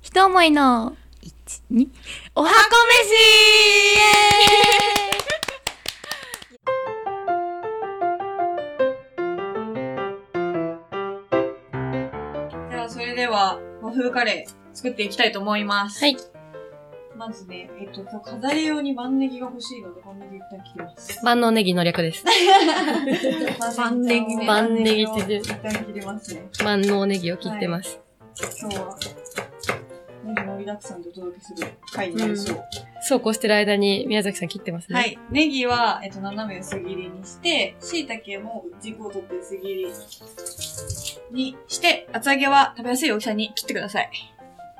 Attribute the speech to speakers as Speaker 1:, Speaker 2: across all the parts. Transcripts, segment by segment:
Speaker 1: 一思いの一二おはこ
Speaker 2: じゃあ、それでは、和風カレー作っていきたいと思います。
Speaker 1: はい。
Speaker 2: まずね、えっと、今日飾り用に万ネギが欲しいので、万ネギいっぱい切ります。
Speaker 3: 万能ネギの略です。
Speaker 2: 万ネギね。
Speaker 3: 万ネギ
Speaker 2: 万
Speaker 3: って
Speaker 2: ネギを
Speaker 3: 言っ
Speaker 2: 一
Speaker 3: て
Speaker 2: 旦切りますね。
Speaker 3: 万能ネギを切ってます。
Speaker 2: 今日は、ネギ盛りだくさんでお届けする回になりそう。
Speaker 3: そうこうしてる間に宮崎さん切ってますね。
Speaker 2: はい。ネギは、えっと、斜め薄切りにして、椎茸も軸を取って薄切りにして、厚揚げは食べやすい大きさに切ってください。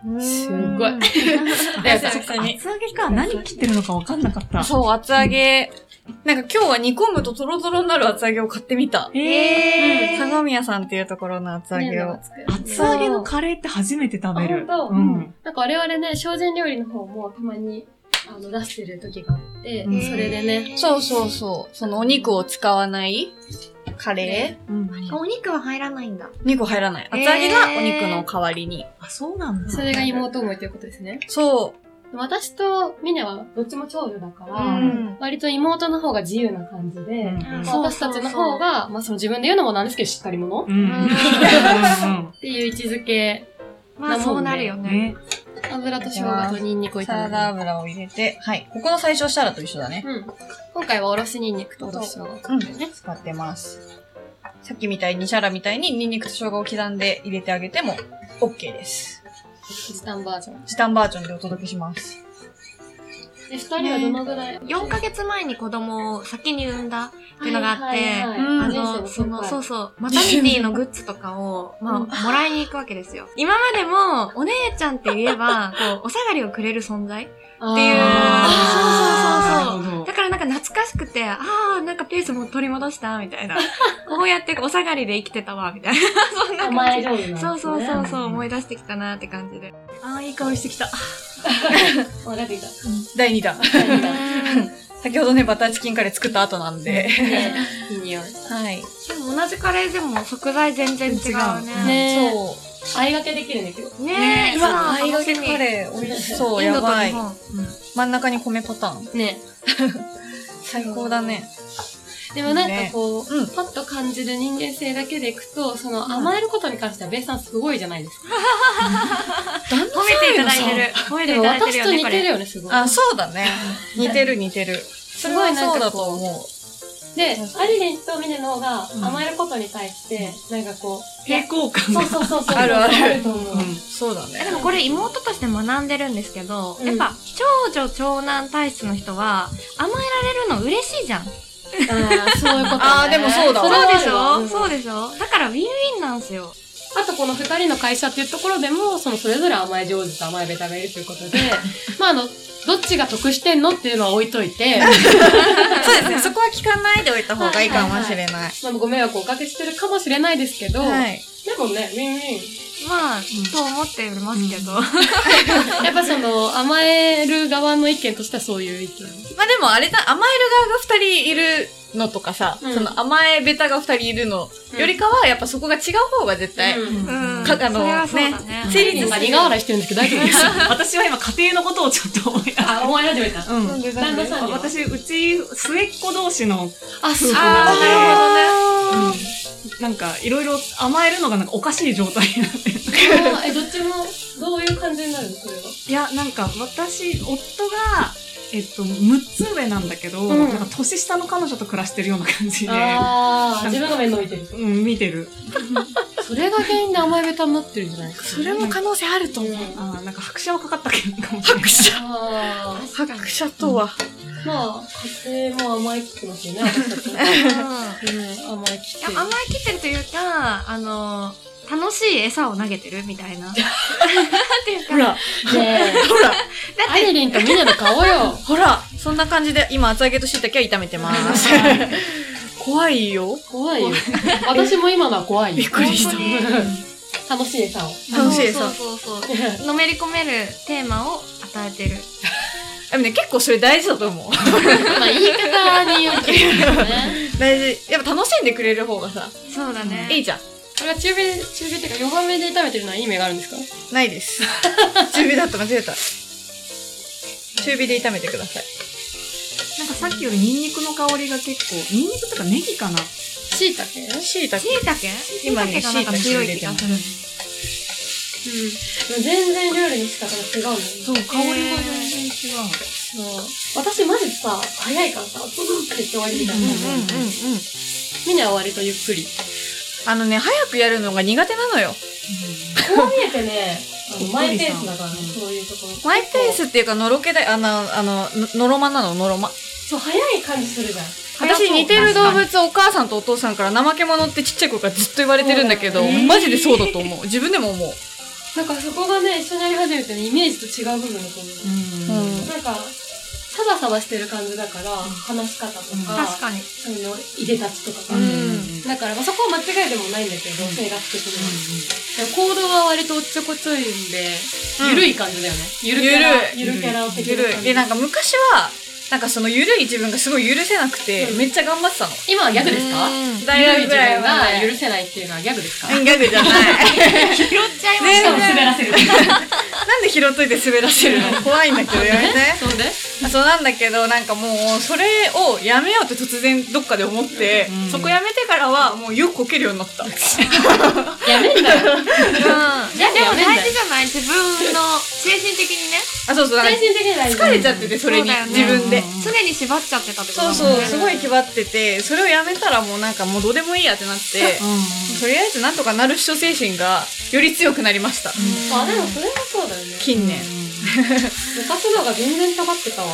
Speaker 1: めし
Speaker 3: すごい。
Speaker 2: 食べやすい大きさに。
Speaker 1: 厚揚げか何切ってるのか分かんなかった
Speaker 2: そう、厚揚げ。なんか今日は煮込むとトロトロになる厚揚げを買ってみた。
Speaker 1: えー、
Speaker 2: 相模屋さんっていうところの厚揚げを。
Speaker 1: 厚揚げのカレーって初めて食べる
Speaker 3: あ本当
Speaker 1: うん
Speaker 3: なんか我々ね、精進料理の方もたまにあの出してる時があって、
Speaker 1: うん
Speaker 3: それでね、
Speaker 2: そうそうそう。そのお肉を使わないカレー。
Speaker 1: うん
Speaker 4: お肉は入らないんだ。
Speaker 2: お肉入らない。厚揚げがお肉の代わりに。
Speaker 1: あそうなんだ
Speaker 3: それが妹思いということですね。
Speaker 2: そ
Speaker 3: 私とミネはどっちも長女だから、
Speaker 2: う。
Speaker 1: ん
Speaker 3: 割と妹の方が自由な感じで、
Speaker 1: うん
Speaker 3: まあ
Speaker 4: そう
Speaker 3: 私たちの方が、まあその自分で言うのもなんですけど、しっかり者っ
Speaker 1: うんうん
Speaker 3: ていう位置づけ、
Speaker 4: まあそうなるよ
Speaker 1: うん
Speaker 4: ね。
Speaker 1: ね
Speaker 3: 油と生姜とニンニクを
Speaker 2: サ
Speaker 3: 炒
Speaker 2: ラダ
Speaker 3: める。
Speaker 2: 油を入れて、はい。ここの最初したらと一緒だね。
Speaker 3: うん。今回はおろしニンニクとおろし生姜。
Speaker 2: うん。使ってます。さっきみたいに、シャラみたいにニンニクと生姜を刻んで入れてあげても OK です。
Speaker 3: 時短バージョン。
Speaker 2: 時短バージョンでお届けします。
Speaker 3: で、二人はどのぐらい
Speaker 4: 4ヶ月前に子供を先に産んだっていうのがあって、
Speaker 2: うん
Speaker 4: あの、その、そううそう、マタニティのグッズとかを、まあ、もらいに行くわけですよ。今までも、お姉ちゃんって言えば、こう、お下がりをくれる存在
Speaker 3: っ
Speaker 4: っていうそうそ
Speaker 1: あー
Speaker 4: うそうそう
Speaker 1: なるほど
Speaker 4: だからなんか懐かしくて、ああ、なんかペースも取り戻した、みたいな。こうやってお下がりで生きてたわ、みたいな。 そんな
Speaker 3: 甘
Speaker 4: 感
Speaker 3: え
Speaker 4: じ。
Speaker 3: 料理なんです
Speaker 4: そ
Speaker 3: ね
Speaker 4: うそうそうそう、
Speaker 1: うん
Speaker 4: 思い出してきたなって感じで。
Speaker 1: あーいい香りして きた
Speaker 3: あ出てきた。
Speaker 2: 第2弾。
Speaker 3: 出てきた
Speaker 2: 先ほどね、バターチキンカレー作った後なんで。
Speaker 3: ねいい匂い。
Speaker 2: はい。
Speaker 4: でも同じカレーでも食材全然違うね。ね
Speaker 3: ねえ。
Speaker 2: そう。
Speaker 3: 相掛けできるね、今日。
Speaker 4: ねえ、今、
Speaker 2: 合いが
Speaker 4: 楽
Speaker 2: け
Speaker 4: しみ
Speaker 2: カレー、美味しそう、
Speaker 4: イン
Speaker 2: や
Speaker 4: ドと
Speaker 2: ば
Speaker 4: 日
Speaker 2: い。
Speaker 4: 本。
Speaker 2: 真ん中に米パターン。
Speaker 3: ね
Speaker 2: 最高だね。
Speaker 3: でもなんかこ
Speaker 2: うん
Speaker 3: う、パッと感じる人間性だけでいくと、その甘えることに関してはベイさんすごいじゃないですか。
Speaker 2: 褒め
Speaker 4: 褒めていただいてる。褒めて
Speaker 3: で
Speaker 4: い
Speaker 3: も
Speaker 4: ただいてる
Speaker 3: 私
Speaker 4: よ
Speaker 3: と
Speaker 4: ね、
Speaker 3: 似
Speaker 4: こ
Speaker 3: て
Speaker 4: れ。
Speaker 3: るよね、すごい。
Speaker 2: あ、そうだね。 似てる似てる。
Speaker 3: すごいなん
Speaker 2: そう
Speaker 3: か
Speaker 2: だと
Speaker 3: こう。
Speaker 2: 思
Speaker 3: で
Speaker 2: 確、
Speaker 3: アリリンとミネの方が
Speaker 1: うん
Speaker 3: 甘えることに対して、なんかこう、
Speaker 1: 平行感
Speaker 3: そう
Speaker 1: が
Speaker 3: そ うそうそう。
Speaker 2: あるある
Speaker 3: と思う。
Speaker 2: う。そうだね
Speaker 4: で。もこれ妹として学んでるんですけど、
Speaker 3: うん
Speaker 4: やっぱ長女長男体質の人は甘えられるの嬉しいじゃん。
Speaker 3: あーそういうことね。
Speaker 2: あーでもそうだわ
Speaker 4: そう
Speaker 3: れは
Speaker 4: で
Speaker 3: あ
Speaker 4: し
Speaker 3: るわ
Speaker 4: ょそうでしょだからウィンウィンなんですよ。
Speaker 3: あとこの二人の会社っていうところでも、そのそれぞれ甘え上手と甘えベタがいるということで、まああの、どっちが得してんのっていうのは置いといて、
Speaker 2: そうですね。そこは聞かないでおいた方がいいかもしれない。
Speaker 3: まあご迷惑をおかけしてるかもしれないですけど、
Speaker 2: はい。
Speaker 3: でもね、ウィンウィ
Speaker 4: まあ、と思ってますけど。
Speaker 3: ン。やっぱその、甘える側の意見としてはそういう意見。
Speaker 2: まあでもあれだ、甘える側が二人いるのとかさ、
Speaker 3: うん
Speaker 2: その甘えベタが二人いるのよりかは、やっぱそこが違う方が絶対、
Speaker 3: うん
Speaker 1: うん
Speaker 4: うん。
Speaker 2: かあの
Speaker 4: それはそうだね。
Speaker 2: 成
Speaker 3: リ
Speaker 2: 立
Speaker 3: ン
Speaker 2: す
Speaker 3: が
Speaker 2: る
Speaker 3: 苦笑いしてるんですけど大丈夫 です。
Speaker 1: 私は今家庭のことをちょっと思い出し
Speaker 3: あ、思い始めた。
Speaker 1: うん
Speaker 2: なんで
Speaker 3: 旦那さんには。
Speaker 1: 私、うち、末っ子同士の、
Speaker 3: あ、そう
Speaker 2: あー、なるほどね。
Speaker 1: なんか、いろいろ甘えるのがなんかおかしい状態になって る。
Speaker 3: あーえ、どっちも、どういう感じになるのそれは。
Speaker 1: いや、なんか、私、夫が、えっと、6つ上なんだけど、
Speaker 3: うん
Speaker 1: なんか、年下の彼女と暮らしてるような感じで、
Speaker 3: ああ、
Speaker 1: なんか
Speaker 3: 自分が面倒見てる。
Speaker 1: うん、見てる。
Speaker 3: それが原因で甘えべたになってるんじゃないですか。
Speaker 2: それも可能性あると思う。
Speaker 1: あーなんか、拍車はかかったけど、かもしれない。
Speaker 2: 射
Speaker 3: ああ、
Speaker 2: 拍車とは。
Speaker 3: まあ、家庭も甘えきってますよね、私たち。う
Speaker 4: う
Speaker 3: ん、
Speaker 4: ん
Speaker 3: 甘え
Speaker 4: い
Speaker 3: きって
Speaker 4: や
Speaker 3: る。
Speaker 4: 甘えきってるというか、あの、楽しい餌を投げてるみたいな。なんていうか、
Speaker 2: ら、
Speaker 3: ね
Speaker 2: ほら、
Speaker 3: え、 アイリンとミネの顔よ。
Speaker 2: ほら、そんな感じで、今、厚揚げと椎茸は炒めて ます。怖いよ。
Speaker 3: 怖いよ。私も今のは怖いよ。。
Speaker 2: びっくりした
Speaker 3: 楽しい餌を。
Speaker 2: 楽しい
Speaker 4: そ
Speaker 2: さ
Speaker 4: う。そうそうそう。のめり込めるテーマを与えてる。
Speaker 2: でもね、結構それ大事だと思う。
Speaker 3: まあ、言い方によるけどね。
Speaker 2: 大事。やっぱ楽しんでくれる方がさ、
Speaker 4: そうだね。
Speaker 2: いいじゃん。
Speaker 3: これは中火、中火っていうか弱めで炒めてるのはいい目があるんですか
Speaker 2: ない です。中火だった、間違えた。中火で炒めてください。
Speaker 1: なんかさっきよりニンニクの香りが結構、ニンニクとかネギかな。
Speaker 3: 椎茸うん。
Speaker 2: 椎茸。
Speaker 4: 椎茸椎
Speaker 2: 今ね
Speaker 4: 茸がなんか強い気がする。
Speaker 3: でも全然料理の仕方が違うもんね。
Speaker 1: そう、香りが全然違う。
Speaker 3: そう。私マジでさ、早いからさ、ブブって言って終わりみたいな。
Speaker 2: うんうん。
Speaker 3: みんなは割とゆっくり。
Speaker 2: あのね、早くやるのが苦手なのよ。
Speaker 3: こう見えてね、あのマイペースだからね、
Speaker 1: うん
Speaker 3: そういうところ。
Speaker 2: マイペースっていうか、のろけだよ。あの、あの、ののろまなの、のろま。
Speaker 3: そう、早い感じするじゃん。
Speaker 2: 私似てる動物お母さんとお父さんから怠け者ってちっちゃい子からずっと言われてるんだけど、
Speaker 3: そうだね
Speaker 2: マジでそうだと思う。自分でも思う。
Speaker 3: なんかそこがね、一緒にやり始めてね、イメージと違う部分だと思う。
Speaker 1: うん。うん。
Speaker 2: うん
Speaker 3: なんか、サバサバしてる感じだから、話し方とか、
Speaker 4: 確かに。
Speaker 3: その、いでたちとか
Speaker 2: う
Speaker 3: が。
Speaker 2: ん
Speaker 3: だから、まあ、そこは間違いでもないんだけど、
Speaker 1: うん
Speaker 3: 性格的に。でも行動は割とおっちょこちょいんで、
Speaker 2: うん
Speaker 3: ゆるい感じだよね。ゆるキャラ、ゆ
Speaker 1: ゆ
Speaker 3: る
Speaker 1: るい
Speaker 3: キャラ的
Speaker 2: ゆる
Speaker 3: な感
Speaker 2: い。
Speaker 3: じ
Speaker 2: で、。なんか昔は、なんかそのゆるい自分がすごい許せなくて、めっちゃ頑張ってたの。
Speaker 3: 今はギャグですか
Speaker 2: うん
Speaker 3: ゆ
Speaker 2: 大
Speaker 3: るい
Speaker 2: 学ぐ
Speaker 3: 自
Speaker 2: らい
Speaker 3: 分
Speaker 2: はね。
Speaker 3: が許せないっていうのはギャグですか
Speaker 2: うんギャグじゃない。
Speaker 4: 拾っちゃいまし
Speaker 2: ね
Speaker 3: しか
Speaker 4: た
Speaker 3: も
Speaker 4: ね。
Speaker 3: 滑らせる。
Speaker 2: なんで拾っといて滑らせるの怖いんだけど、やめて。
Speaker 3: そうで
Speaker 2: そうなんだけど、なんかもう、それをやめようって突然どっかで思って、
Speaker 1: うん
Speaker 2: そこやめてからは、もうよくこけるようになった。
Speaker 3: やめんな
Speaker 4: う
Speaker 3: よ。
Speaker 4: ん。いや、でも
Speaker 3: やめんだ
Speaker 4: 大
Speaker 3: よ
Speaker 4: 事じゃない自分の精神的にね、
Speaker 2: あ、そうそう、なん
Speaker 3: 精
Speaker 2: か
Speaker 3: 神的に大事。
Speaker 2: 疲れちゃってて、それに、
Speaker 4: そうだよね
Speaker 2: 自分で。
Speaker 4: 常に縛っちゃってたってこと
Speaker 2: そう
Speaker 4: だ
Speaker 2: そう、
Speaker 4: もんね。
Speaker 2: すごい気張ってて、それをやめたらもうなんかもうどうでもいいやってなって、とりあえずなんとかなる主張精神が、より強くなりました。
Speaker 3: あ、でもそれはそうだよね。
Speaker 2: 近年。
Speaker 3: 昔の方が全然下がってたわ。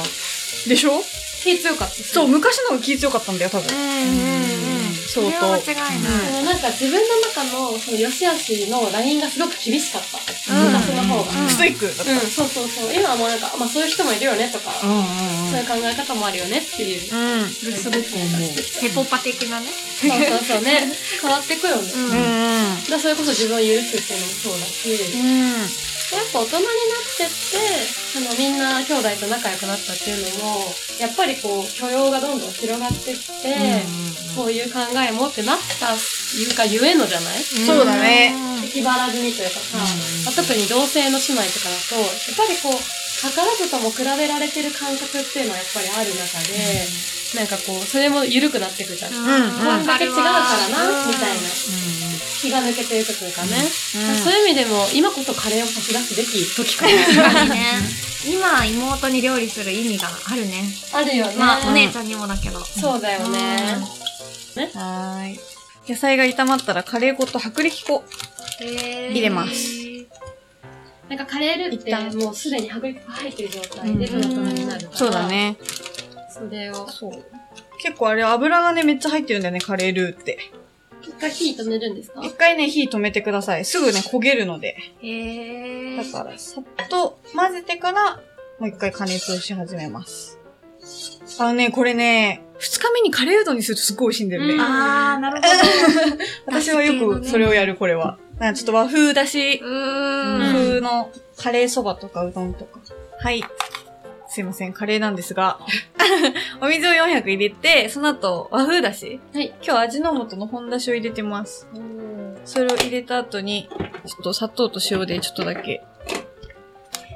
Speaker 2: でしょ
Speaker 3: 気強かったし。
Speaker 2: そう、昔の方が気強かったんだよ、多分
Speaker 4: う。んうんうん。そ
Speaker 2: 相
Speaker 4: れは
Speaker 2: 当。
Speaker 4: 間違い
Speaker 3: で
Speaker 4: ない。
Speaker 3: もなんか自分の中のその良し悪しのラインがすごく厳しかった。
Speaker 4: うん
Speaker 3: 昔の方が。
Speaker 4: うん
Speaker 2: ストイックだった。
Speaker 3: うん、そうそうそう。今はもうなんか、まあそういう人もいるよねとか、
Speaker 1: うんうんうん。
Speaker 3: そういう考え方もあるよねっていう。
Speaker 2: うん。
Speaker 1: それすごく思う。
Speaker 4: ヘポパ的なね。
Speaker 3: そうそうそうね。変わってくよね。
Speaker 4: う
Speaker 3: だ
Speaker 4: ん。
Speaker 2: うん。
Speaker 3: からそれこそ自分を許すっていうのもそうだし、やっ
Speaker 2: うん。
Speaker 3: ぱ大人になってって、そのみんな兄弟と仲良くなったっていうのも、やっぱりこう許容がどんどん広がってって、こういう考えもってなったいうかゆえのじゃない
Speaker 2: そうだね。
Speaker 3: 気張らずにというかさ、まあ特に同性の姉妹とかだと、やっぱりこう、宝ずとも比べられてる感覚っていうのはやっぱりある中で、なんかこう、それも緩くなってくじゃん。こ
Speaker 4: うんん。
Speaker 2: うん
Speaker 4: わ
Speaker 3: だ
Speaker 4: か
Speaker 3: け違
Speaker 4: る
Speaker 3: う
Speaker 4: わ
Speaker 3: からな、みたいな。
Speaker 1: う
Speaker 3: 気が抜けていくというかね。
Speaker 2: うん
Speaker 3: だからそういう意味でも、今こそカレーを差し出すべき時 か
Speaker 4: 確
Speaker 3: な。
Speaker 4: かにね。今、妹に料理する意味があるね。
Speaker 3: あるよね。
Speaker 4: まあ、お姉ちゃんにもだけど。
Speaker 3: そうだよね。
Speaker 2: はーい。野菜が炒まったらカレー粉と薄力粉。
Speaker 4: 入
Speaker 2: 入れます
Speaker 3: なんかカレールって
Speaker 2: 一旦
Speaker 3: もうすでに迫力が入ってる状態で
Speaker 1: う
Speaker 3: ふ
Speaker 1: ん
Speaker 3: わふわになるから。。
Speaker 2: ね。
Speaker 3: それを、
Speaker 2: そう。結構あれ油がね、めっちゃ入ってるんだよね、カレールーって。
Speaker 3: 一回火止めるんですか
Speaker 2: 一回ね、火止めてください。すぐね、焦げるので。
Speaker 4: へ
Speaker 2: だ
Speaker 4: ー。
Speaker 2: から、さっと混ぜてから、もう一回加熱をし始めます。あのね、これね、二日目にカレーうどんにするとすっごい美味しいんだよね。
Speaker 3: うん
Speaker 4: あー、なるほど。
Speaker 2: 私はよくそれをやる、これは。なんかちょっと和風だし、
Speaker 4: うーん。
Speaker 2: 風のカレーそばとかうどんとか。はい。すいません、カレーなんですが。 お水を400入れて、その後和風だし。
Speaker 3: はい。
Speaker 2: 今日味の素の本だしを入れてます。それを入れた後に、ちょっと砂糖と塩でちょっとだけ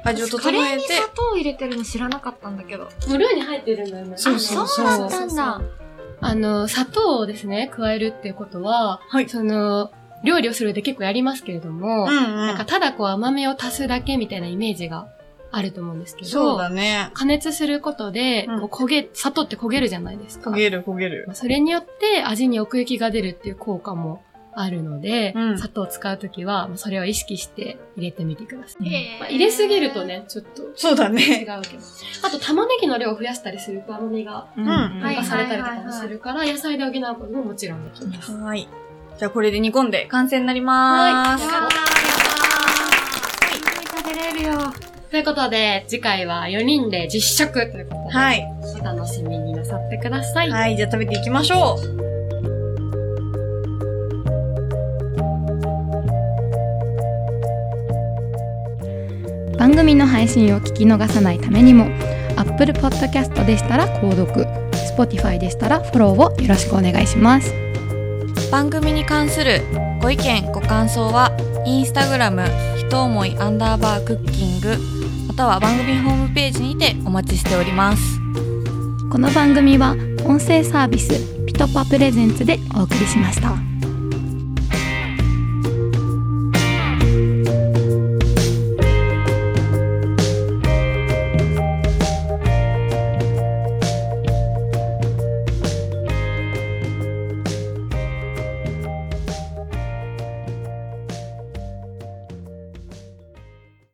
Speaker 2: 味を整
Speaker 4: カレー
Speaker 2: え
Speaker 4: に
Speaker 2: て
Speaker 4: 砂。糖を入れてるの知らなかったんだけど。
Speaker 3: 無料に入ってるんだよね。
Speaker 2: そうそうそう
Speaker 4: あそうだったんだ。
Speaker 3: あの、砂糖をですね、加えるっていうことは、
Speaker 2: はい
Speaker 3: その、料理をするで結構やりますけれども、
Speaker 2: うんう
Speaker 3: なんか
Speaker 2: ん。
Speaker 3: ただこう甘みを足すだけみたいなイメージがあると思うんですけど、
Speaker 2: そうだね。
Speaker 3: 加熱することで、
Speaker 2: うん
Speaker 3: こう焦げ、砂糖って焦げるじゃないですか。
Speaker 2: 焦げる焦げる。
Speaker 3: それによって味に奥行きが出るっていう効果もあるので、
Speaker 2: うん
Speaker 3: 砂糖を使うときは、まあそれを意識して入れてみてください。
Speaker 4: へー
Speaker 3: まあ入れすぎると。ね、ちょっと
Speaker 2: そうだ
Speaker 3: 違うけ
Speaker 2: ね。
Speaker 3: ど。あと玉ねぎの量を増やしたりすると甘みが
Speaker 1: ん。
Speaker 2: は
Speaker 3: なん
Speaker 4: い
Speaker 3: かされたりとかもするから、野菜で補うことももちろんできます。
Speaker 2: はい。じゃあこれで煮込んで完成になりまーす。
Speaker 3: は
Speaker 4: やだ
Speaker 3: い
Speaker 4: ーやだー。食べれるよ。
Speaker 3: ということで、次回は4人で実食ということで、
Speaker 2: はい。
Speaker 3: お楽しみになさってください。
Speaker 2: はい、じゃあ食べていきましょう。
Speaker 5: 番組の配信を聞き逃さないためにも Apple Podcast でしたら購読 Spotify でしたらフォローをよろしくお願いします
Speaker 2: 番組に関する
Speaker 4: ご意見ご感想はインスタグラムひと思いアンダーバークッキングまたは番組ホームページにてお待ちしております
Speaker 5: この番組は音声サービスピトパプレゼンツでお送りしました。